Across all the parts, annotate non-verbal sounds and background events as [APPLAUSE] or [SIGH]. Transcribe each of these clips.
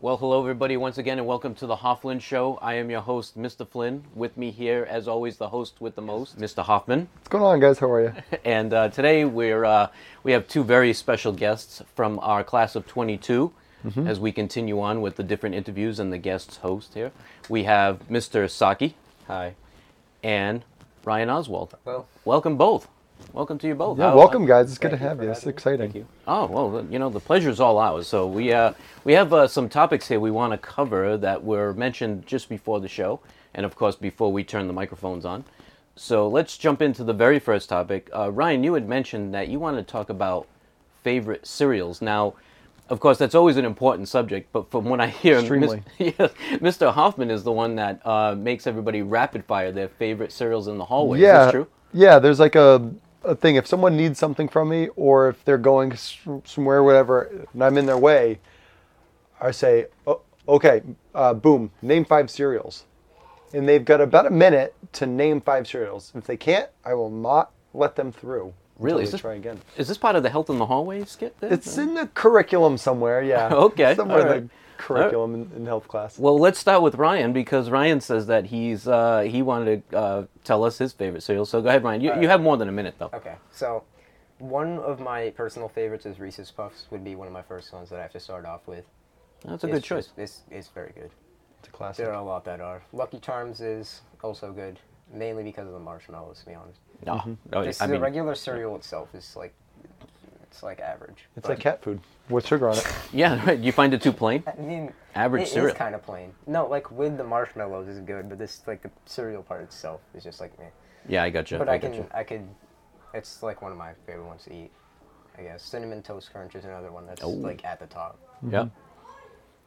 Well, hello, everybody, once again, and welcome to the Hofflin Show. I am your host, Mr. Flynn. With me here, as always, the host with the most, Mr. Hoffman. What's going on, guys? How [LAUGHS] are you? And uh, today we're uh, we have two very special guests from our class of 22. Mm-hmm. As we continue on with the different interviews and the guests host here, we have Mr. Saki. Hi. And Ryan Oswald. Hello. Welcome both. Welcome to you both. Yeah, How- welcome, guys. It's good to Thank you have for you. It's having me. exciting. Oh well, you know the pleasure's all ours. So we uh, we have uh, some topics here we want to cover that were mentioned just before the show, and of course before we turn the microphones on. So let's jump into the very first topic. Uh, Ryan, you had mentioned that you wanted to talk about favorite cereals. Now, of course, that's always an important subject, but from what I hear, Mis- Extremely. [LAUGHS] yes, Mr. Hoffman is the one that uh, makes everybody rapid fire their favorite cereals in the hallway. Is Yeah, this true? yeah. There's like a, a thing. If someone needs something from me, or if they're going s- somewhere, whatever, and I'm in their way, I say, oh, "Okay, uh, boom, name five cereals," and they've got about a minute to name five cereals. If they can't, I will not let them through. until Really? Is they this- try again. Is this part of the health in the hallway skit? there? It's in the curriculum somewhere. Yeah. [LAUGHS] Okay, Somewhere all right. in the curriculum in, in health class. Well, let's start with Ryan because Ryan says that he's uh, he wanted to uh, tell us his favorite cereal. So go ahead, Ryan. You, you Uh, have more than a minute though. Okay, so one of my personal favorites is Reese's Puffs. Would be one of my first ones that I have to start off with. That's a It's good choice. just- It's it's very good. It's a classic. There are a lot that are. Lucky Charms is also good, mainly because of the marshmallows. To be honest, No, no, Uh-huh. this, Mm-hmm. Oh, I the mean, regular cereal itself is like it's like average. It's but- like cat food with sugar on it. [LAUGHS] yeah, right. You find it too [LAUGHS] plain. I mean, Average it is cereal. kind of plain. No, like with the marshmallows is good, but this like the cereal part itself is just like meh. Yeah, I got you. But I got can, you. I could. It's like one of my favorite ones to eat. I guess cinnamon toast crunch is another one that's like at the top. Yeah.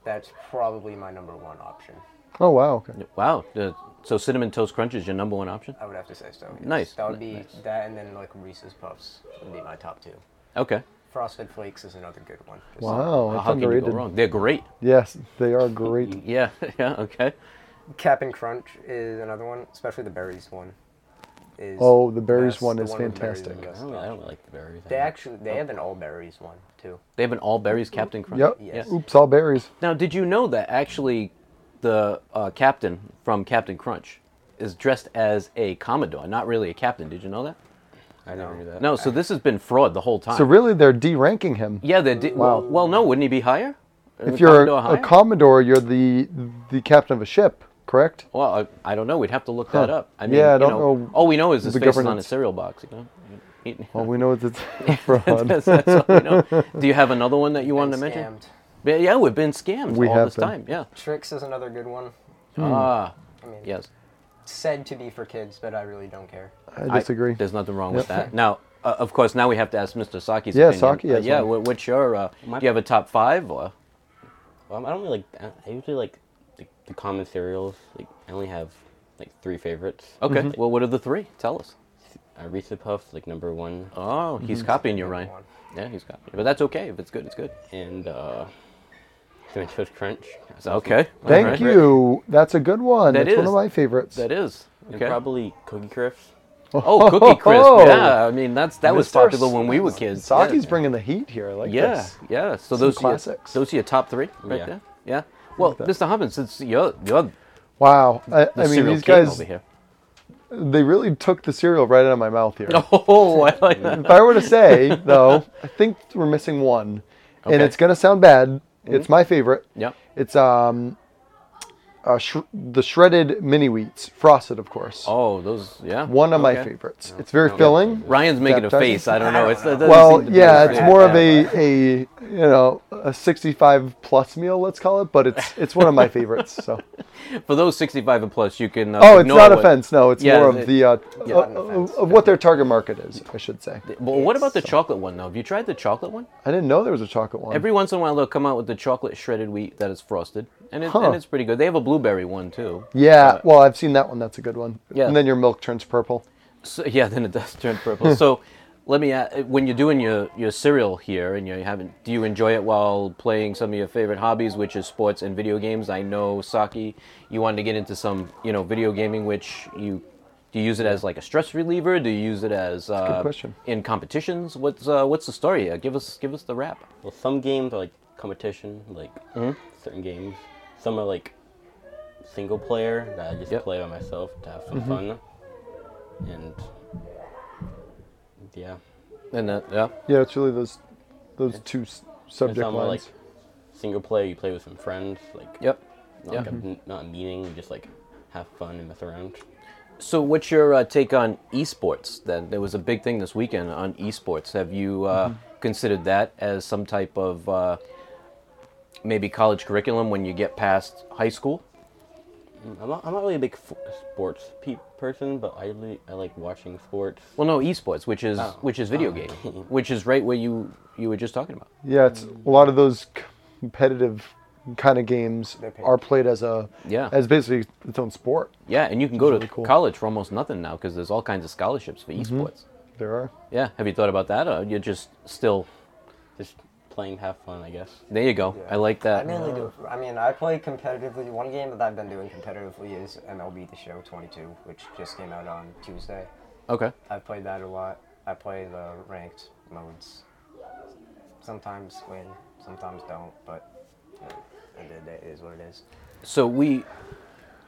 That's probably my number one option. Oh wow. Okay. Wow. the- so cinnamon toast crunch is your number one option. I would have to say so. yes. Nice, That would ni- be that, and then like Reese's Puffs would be my top two. Okay. Frosted Flakes is another good one. Just- Wow, that's How can you underrated. go wrong? Mm-hmm. They're great. Yes, they are great. Yeah. [LAUGHS] Yeah. Okay. Cap and Crunch is another one, especially the berries one. Is Oh, the berries best- one the is with berries is the fantastic. I best don't, I option. don't like the berries. They actually they have an all berries one too. They have an all berries Mm-hmm. Captain Crunch. Yep. Yes. Oops, all berries. Now, did you know that actually the uh, captain from Captain Crunch is dressed as a commodore, not really a captain? Did you know that? I never knew that. No, so this has been fraud the whole time. So really, they're de-ranking him. yeah, they did. Wow. Well, well, no, wouldn't he be higher? If you're commodore a, higher? commodore, you're the the captain of a ship, [LAUGHS] correct? well, I, I don't know. We'd have to look that Huh. up. I mean, Yeah, I you don't know, know All we know is his the face is on a governance. cereal box. You know, He- Well, we know it's it's [LAUGHS] fraud. [LAUGHS] that's, that's all we know. Do you have another one that you wanted to Been mention? scammed. Yeah, Yeah, we've been scammed We all have this been. Hmm. time. Yeah. Tricks is another good one. Ah, I mean, yes. said to be for kids, but I really don't care. I disagree. there's nothing wrong with that. Now, uh, of course, now we have to ask Mr. Saki's Yeah, opinion. Saki Uh, has yeah, one. wh- what's your? Uh, My- do you have a top five or? Um, I don't really like. I I usually like the, the common cereals. Like I only have like three favorites. Okay. Mm-hmm. Well, what are the three? Tell us. Uh, Reese's Puffs, like number one, Oh, Mm-hmm. he's copying you, Ryan. one. Yeah, he's copying. you. But that's okay. If it's good, it's good. and uh, cinnamon toast crunch. That's So, awesome. okay. all Thank right. you. That's a good one. That That's one is. of my favorites. That is. And Okay. probably Cookie Crisps. oh, Cookie [LAUGHS] Crisp. Yeah, I mean that's that was Mr. popular when we were kids. Saki's yeah. bringing the heat here. I like Yeah, this. yeah. So Some those classics. Are your, those are your top three, right Yeah. there. Yeah. Well, that. Mr. Hobbins, since you're you're the Wow. I, I mean, serial these king guys, over here. [LAUGHS] they really took the cereal right out of my mouth here. Oh, [LAUGHS] I like that. if I were [LAUGHS] to say though, I think we're missing one, and Okay. Mm-hmm. it's gonna sound bad. It's my favorite. Yep. It's um, uh, sh- the shredded mini wheats, frosted, of course. Oh, those. Yeah. One of my okay. favorites. It's very filling. Ryan's making a Appetizer? face. I don't know. It's, it doesn't Well, seem to be yeah, right. it's more of a, a you know a 65 plus meal, let's call it, but it's it's one of my favorites. [LAUGHS] So for those 65 and plus, you can. Uh, oh, it's ignore not what- offense. No, it's Yeah, more of it- the uh, yeah, of, not offense. of what their target market is, I should say. Well, what about the chocolate one though? Have you tried the chocolate one? I didn't know there was a chocolate one. Every once in a while, they'll come out with the chocolate shredded wheat that is frosted, and it's Huh. and it's pretty good. They have a blueberry one too. yeah, well, I've seen that one. That's a good one. Yeah. And then your milk turns purple. So, [LAUGHS] yeah, then it does turn purple. so, let me ask, when you're doing your your cereal here and you haven't, do you enjoy it while playing some of your favorite hobbies, which is sports and video games? I know Saki, you wanted to get into some you know video gaming, which you. Do you use it as like a stress reliever? Do you use it as uh, question. in competitions? What's uh, what's the story? here? Give us give us the wrap. Well, some games are like competition, like Mm-hmm. certain games. Some are like single player that I just Yep. Mm-hmm. play by myself to have some fun. And yeah, And that, yeah. Yeah, it's really those those two s- and subject some are like lines. single player. You play with some friends, like Yep. not, like a, Mm-hmm. not a meeting. You just like have fun and mess around. So, what's your uh, take on esports? Then there was a big thing this weekend on esports. Have you uh, considered that as some type of uh, maybe college curriculum when you get past high school? I'm not, I'm not really a big f- sports pe- person, but I really, I like watching sports. Well, no, esports, which is Oh. which is video Oh. game, which is right where you you were just talking about. yeah, it's a lot of those competitive kind of games They're paid. are played as a Yeah. as basically its own sport. Yeah, and you can go to really cool. college for almost nothing now because there's all kinds of scholarships for esports. There are. Yeah, have you thought about that? Or you're just still Just playing, have fun, I guess. there. You go. I like I that. mainly do. I mean, I play competitively. One game that I've been doing competitively is MLB The Show 22, which just came out on Tuesday. Okay. I've played that a lot. I play the ranked modes. Sometimes win, sometimes don't, but you know, at the end of the day, it is what it is. so we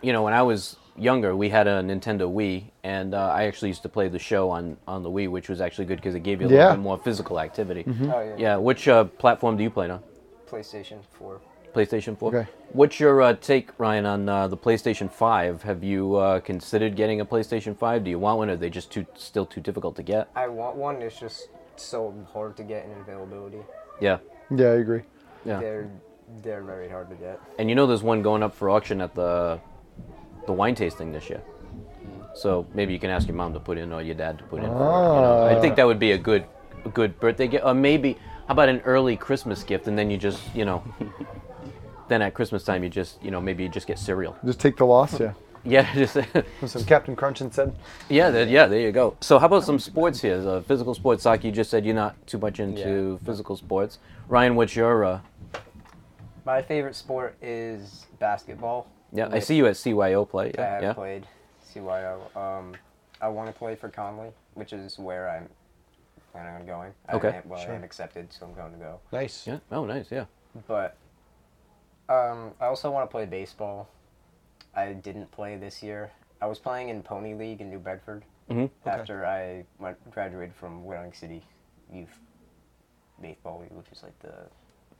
you know when i was younger we had a nintendo wii and uh, i actually used to play the show on on the wii which was actually good because it gave you a little Yeah. Mm-hmm. bit more physical activity Oh, yeah. yeah which uh, platform do you play on PlayStation 4. playstation 4 Okay. what's your uh, take ryan on uh, the playstation 5 have you uh, considered getting a playstation 5 do you want one or are they just too still too difficult to get I want one, it's just so hard to get in availability. yeah Yeah, I agree. yeah They're, they're very hard to get. and you know there's one going up for auction at the the wine tasting this year. So maybe you can ask your mom to put in or your dad to put in. For, you know, I think that would be a good a good birthday gift, or maybe how about an early Christmas gift, and then you just you know, [LAUGHS] then at Christmas time you just you know maybe you just get cereal. [LAUGHS] Just take the loss. Yeah. Yeah, just [LAUGHS] [LAUGHS] Some Captain Crunch and said. yeah, there, yeah. There you go. So how about some sports here? Uh, physical sports. Saki, you just said you're not too much into physical sports. Ryan, what's your? Uh, My favorite sport is basketball. yeah, I which see you at CYO play. I Yeah, have yeah. played CYO. Um, I want to play for Conley, which is where I'm planning on going. Okay. I, am- well, Sure. I am accepted, so I'm going to go. Nice. Yeah. Oh, nice. Yeah. But um, I also want to play baseball. I didn't play this year. I was playing in Pony League in New Bedford Mm-hmm, after I went, graduated from Wyoming City Youth Baseball League, which is like the,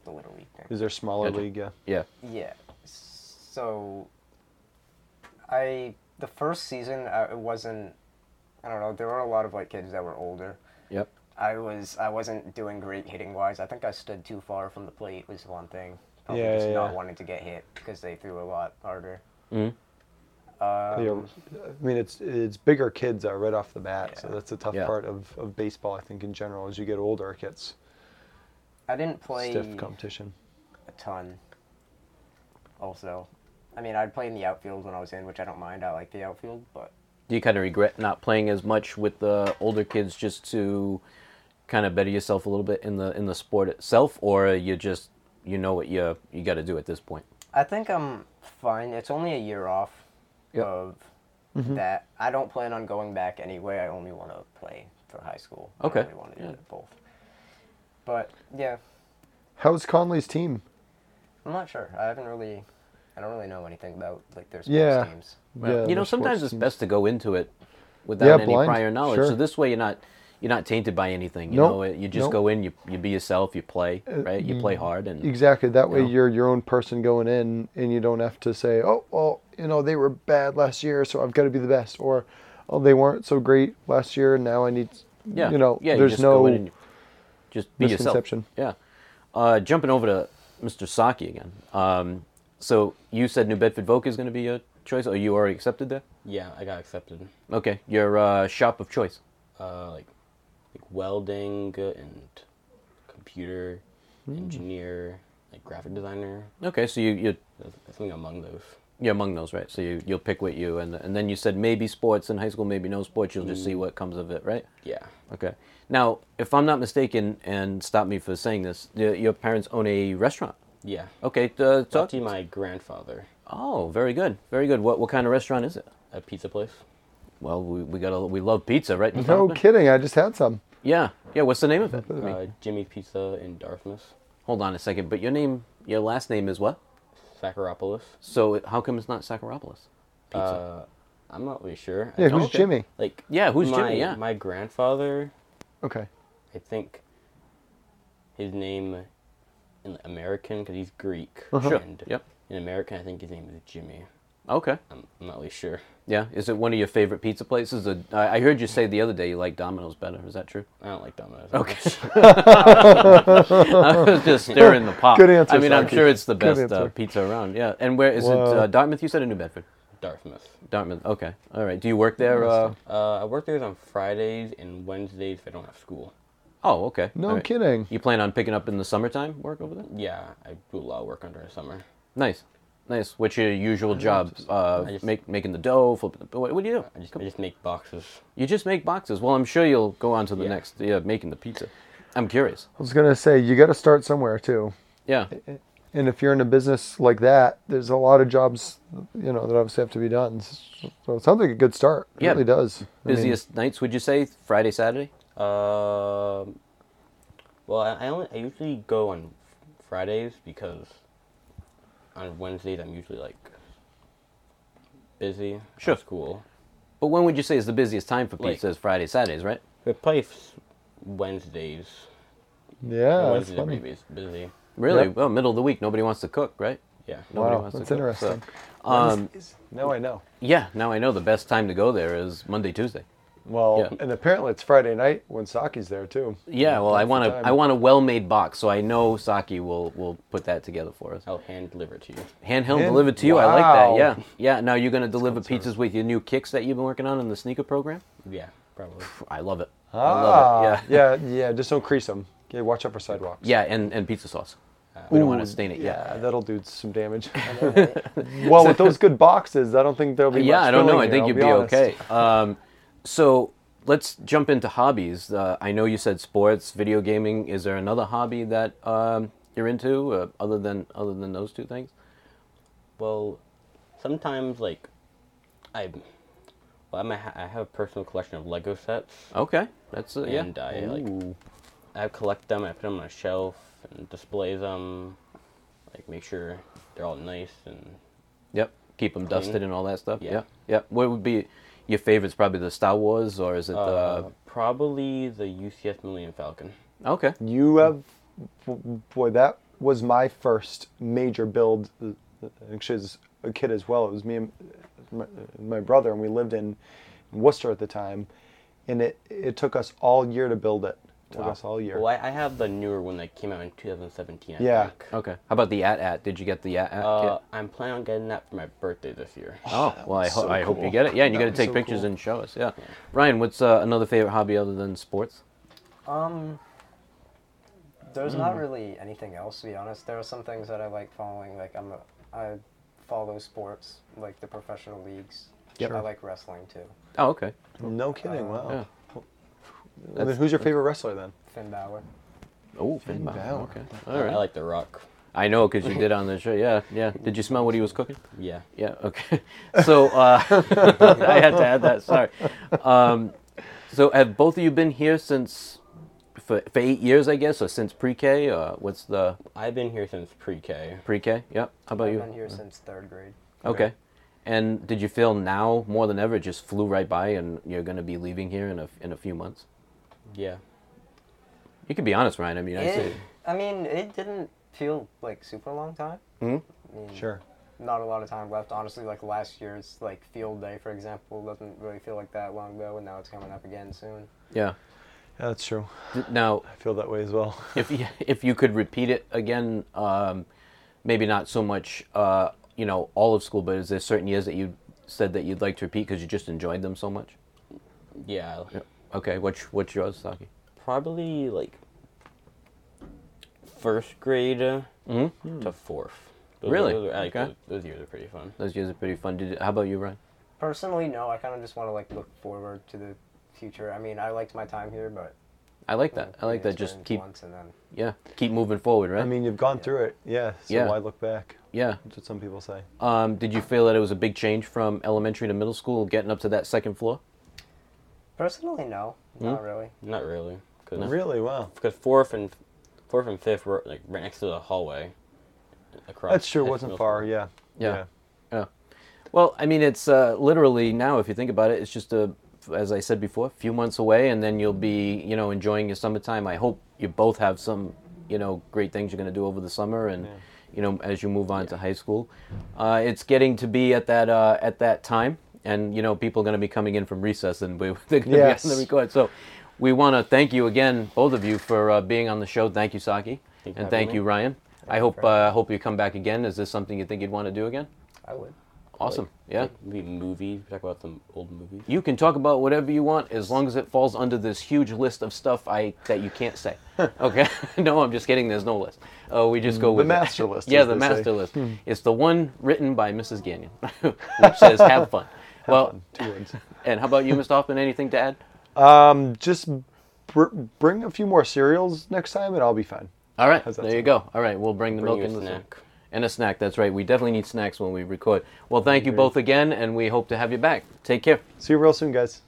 the Little League thing. Is there smaller Gotcha. league? uh, Yeah. Yeah. Yeah. So, I the first season I, it wasn't. I don't know. There were a lot of like kids that were older. Yep. I was I wasn't doing great hitting wise. I think I stood too far from the plate was one thing. Probably Yeah, just yeah, not yeah. wanting to get hit because they threw a lot harder. Yeah, um, I mean, it's it's bigger kids uh, right off the bat, so that's a tough Yeah. part of, of baseball, I think, in general. As you get older, it gets I didn't play stiff competition. a ton. Also, I mean, I'd play in the outfield when I was in, which I don't mind. I like the outfield, but do you kind of regret not playing as much with the older kids just to kind of better yourself a little bit in the in the sport itself or you just you know what you you got to do at this point I think I'm fine. It's only a year off Yep. Mm-hmm. of that. I don't plan on going back anyway. I only want to play for high school. Okay. I only want to Yeah. do both. But yeah, How's Conley's team? I'm not sure. I haven't really. I don't really know anything about like their sports Yeah. teams. Yeah, you know their sometimes sports it's teams. best to go into it without Yeah, any blind, prior knowledge sure. so this way you're not you're not tainted by anything you Nope, know you just nope. Uh, mm-hmm. go in you, you be yourself you play right you play hard and Exactly. That way, No. you're your own person going in, and you don't have to say, "Oh, well, you know, they were bad last year, so I've got to be the best," or "Oh, they weren't so great last year, and now I need." yeah You know, yeah, you there's just no. go in and you- just be misconception. yourself yeah uh, jumping over to mr saki again um, so you said new bedford voc is going to be a choice or you already accepted there Yeah, I got accepted. Okay, your uh, shop of choice. Uh, like, like welding uh, and computer Mm. engineer, like graphic designer. Okay, so you you That's- that's Something among those. you're among those, right? So you you'll pick what you and and then you said maybe sports in high school, maybe no sports. You'll Mm. just see what comes of it, right? Yeah. Okay. Now, if I'm not mistaken, and stop me for saying this, y- your parents own a restaurant. Yeah. Oh, Okay, uh, Talk talk. to my grandfather Oh, very good, very good. What what kind of restaurant is it? at pizza place. Well, we, we got a, we love pizza, right? No kidding! I just had some. Yeah, yeah. What's the name of it? Uh, Jimmy's Pizza in Dartmouth. Hold on a second, but your name, your last name is what? Sakaropoulos. So it, how come it's not Sakaropoulos? Uh, I'm not really sure. I Yeah, don't- who's okay. Jimmy? like Yeah, who's my, Jimmy? Yeah. my grandfather. Okay. I think his name in American because he's Greek. Uh-huh. Sure. And Yep. In American, I think his name is Jimmy. Okay. I'm, I'm not really sure. Yeah. Is it one of your favorite pizza places? Uh, I I heard you say the other day you like Domino's better. Is that true? I don't like Domino's. Okay. [LAUGHS] I was just stirring the pot. Good answer, I mean, I'm Saki. sure it's the Good best uh, answer. pizza around. Yeah. And where is Wow. it? Uh, Dartmouth? You said in New Bedford. Dartmouth. Dartmouth. Okay. All right. Do you work there? Uh, Uh, I work there on Fridays and Wednesdays if I don't have school. oh, okay. No All right. kidding. You plan on picking up in the summertime work over there? Yeah, I do a lot of work under the summer. Nice. Nice. What's your usual job? Uh, I just- make, making the dough, flipping the. What, what do you do? I just, I just make boxes. You just make boxes. Well, I'm sure you'll go on to the Yeah. next. Yeah, making the pizza. I'm curious. I was gonna say you got to start somewhere too, Yeah. and if you're in a business like that, there's a lot of jobs, you know, that obviously have to be done. So it sounds like a good start. It Yeah. really does. I mean, Busiest nights, would you say? Friday, Saturday? Um, well, I, I, only, I usually go on Fridays because on Wednesdays I'm usually like busy. at Sure. School. But when would you say is the busiest time for Like- pizza? is Friday, Saturdays, right? But probably s- Wednesdays. yeah, that's Wednesdays are funny. pretty bus- busy. Really? Yep. Well, middle of the week, nobody wants to cook, right? Yeah. Nobody Wow, wants to that's cook, so- interesting. Um, Now I know. yeah, now I know the best time to go there is Monday, Tuesday. Well, Yeah. and apparently it's Friday night when Saki's there too. Yeah, well, I That's the want time. a I want a well-made box, so I know Saki will will put that together for us. I'll hand deliver it to you. Handheld Hand- delivered to you. I like Wow. that. Yeah, yeah. Now you're gonna deliver pizzas with your new kicks that you've been working on in the sneaker program. Yeah, probably. I love it. I Ah, love it. Yeah, [LAUGHS] yeah, yeah, Just don't crease them. Okay, watch out for sidewalks. yeah, and and pizza sauce. Uh, we don't want to Ooh, stain it. Yeah. Yeah, that'll do [LAUGHS] some damage. [LAUGHS] well, with those good boxes, I don't think there'll be. yeah, much I don't know. I filling here, think I'll you'd be, honest. okay. Um, so let's jump into hobbies. Uh, I know you said sports, video gaming. Is there another hobby that um, you're into uh, other than other than those two things? Well, sometimes like I, well, I'm a, ha- I have a personal collection of Lego sets, Okay, that's uh, yeah. and I like I collect them. I put them on a shelf and display them, like make sure they're all nice and Yep, keep them dusted and all that stuff. Yeah. Yeah, yeah. What would be your favorite's probably the Star Wars, or is it uh, the probably the UCS Millennium Falcon. okay? You have, boy, that was my first major build. Actually, as a kid as well, it was me and my, my brother, and we lived in Worcester at the time, and it it took us all year to build it. It took us all year. Well, I, I have the newer one that came out in 2017. I Yeah. think. Okay. How about the at at? Did you get the at at [SIGHS] Uh, kit? I'm planning on getting that for my birthday this year. Oh well, I, ho- so I hope you cool. get it. Yeah, and you got That to was take so pictures cool. and show us. Yeah. Ryan, what's uh, another favorite hobby other than sports? Um, there's Hmm. not really anything else to be honest. There are some things that I like following. Like I'm, a, I follow sports, like the professional leagues. Yep. I like wrestling too. Oh okay. no kidding. Wow. Yeah. I mean, who's your favorite wrestler then? Finn Balor. Oh, Finn Balor. Balor. Okay. I- All I right. like The Rock. I know because you did [LAUGHS] on the show. Yeah, yeah. Did you smell what he was cooking? Yeah. Yeah. Okay. So uh, [LAUGHS] I had to add that. Sorry. Um, so have both of you been here since for, for eight years, I guess, or since pre-K? Uh, what's the I've been here since pre-K. pre-K? Yep. How about I've you? been here since third grade. Okay. And did you feel now more than ever it just flew right by, and you're going to be leaving here in a in a few months? Yeah. You can be honest, Ryan. I mean, I see. It, I mean, it didn't feel like super long time. Sure. Not a lot of time left, honestly. Like last year's like field day, for example, doesn't really feel like that long ago, and now it's coming up again soon. Yeah. Yeah, that's true. D- Now, I feel that way as well. if you, [LAUGHS] if you could repeat it again, um, maybe not so much, uh, you know, all of school, but is there certain years that you said that you'd like to repeat because you just enjoyed them so much? Yeah. Okay, what's what's yours, Saki? Probably like first grade to fourth. Hmm. Those Really? Those, are- I like Okay. those, those years are pretty fun. Those years are pretty fun. Did you, how about you, Ryan? Personally, no. I kind of just want to like look forward to the future. I mean, I liked my time here, but I like that. I like you that. Just experience keep once and then yeah, keep moving forward, right? I mean, you've gone through it, yeah. So Yeah. why look back? yeah. That's what some people say. Um, did you feel that it was a big change from elementary to middle school, getting up to that second floor? personally, no, not really. Hmm? Not really. Cause, Really? Wow. Because fourth and fourth and fifth were like right next to the hallway. Across. That's true. It next wasn't middle far. school. Yeah. Yeah. Yeah. Well, I mean, it's uh, literally now, if you think about it, it's just a, as I said before, a few months away, and then you'll be, you know, enjoying your summertime. I hope you both have some, you know, great things you're going to do over the summer, and you know, as you move on to high school, uh, it's getting to be at that uh, at that time, and you know, people are going to be coming in from recess, and we, [LAUGHS] they're going to Yes. be on the record. So, we want to thank you again, both of you, for uh, being on the show. Thank you, Saki, Thank you and for thank having you, Ryan. I hope uh, hope you come back again. Is this something you think you'd want to do again? I would. Awesome. yeah. Like, maybe movies. Talk about some old movies. You can talk about whatever you want as long as it falls under this huge list of stuff I that you can't say. Okay? [LAUGHS] no, I'm just kidding. There's no list. Uh, we just go with it. master list, yeah, as the they say. master list. It's the one written by Mrs. Gagnon, [LAUGHS] which says "Have fun." well, Two [LAUGHS] ones. and how about you, Mr. Hoffman? Anything to add? Um, just br- bring a few more cereals next time, and I'll be fine. All right, How's that there you go. All right, we'll bring the Bring milk you and a the snack. and a snack. That's right. We definitely need snacks when we record. Well, thank you both again, and we hope to have you back. Take care. See you real soon, guys.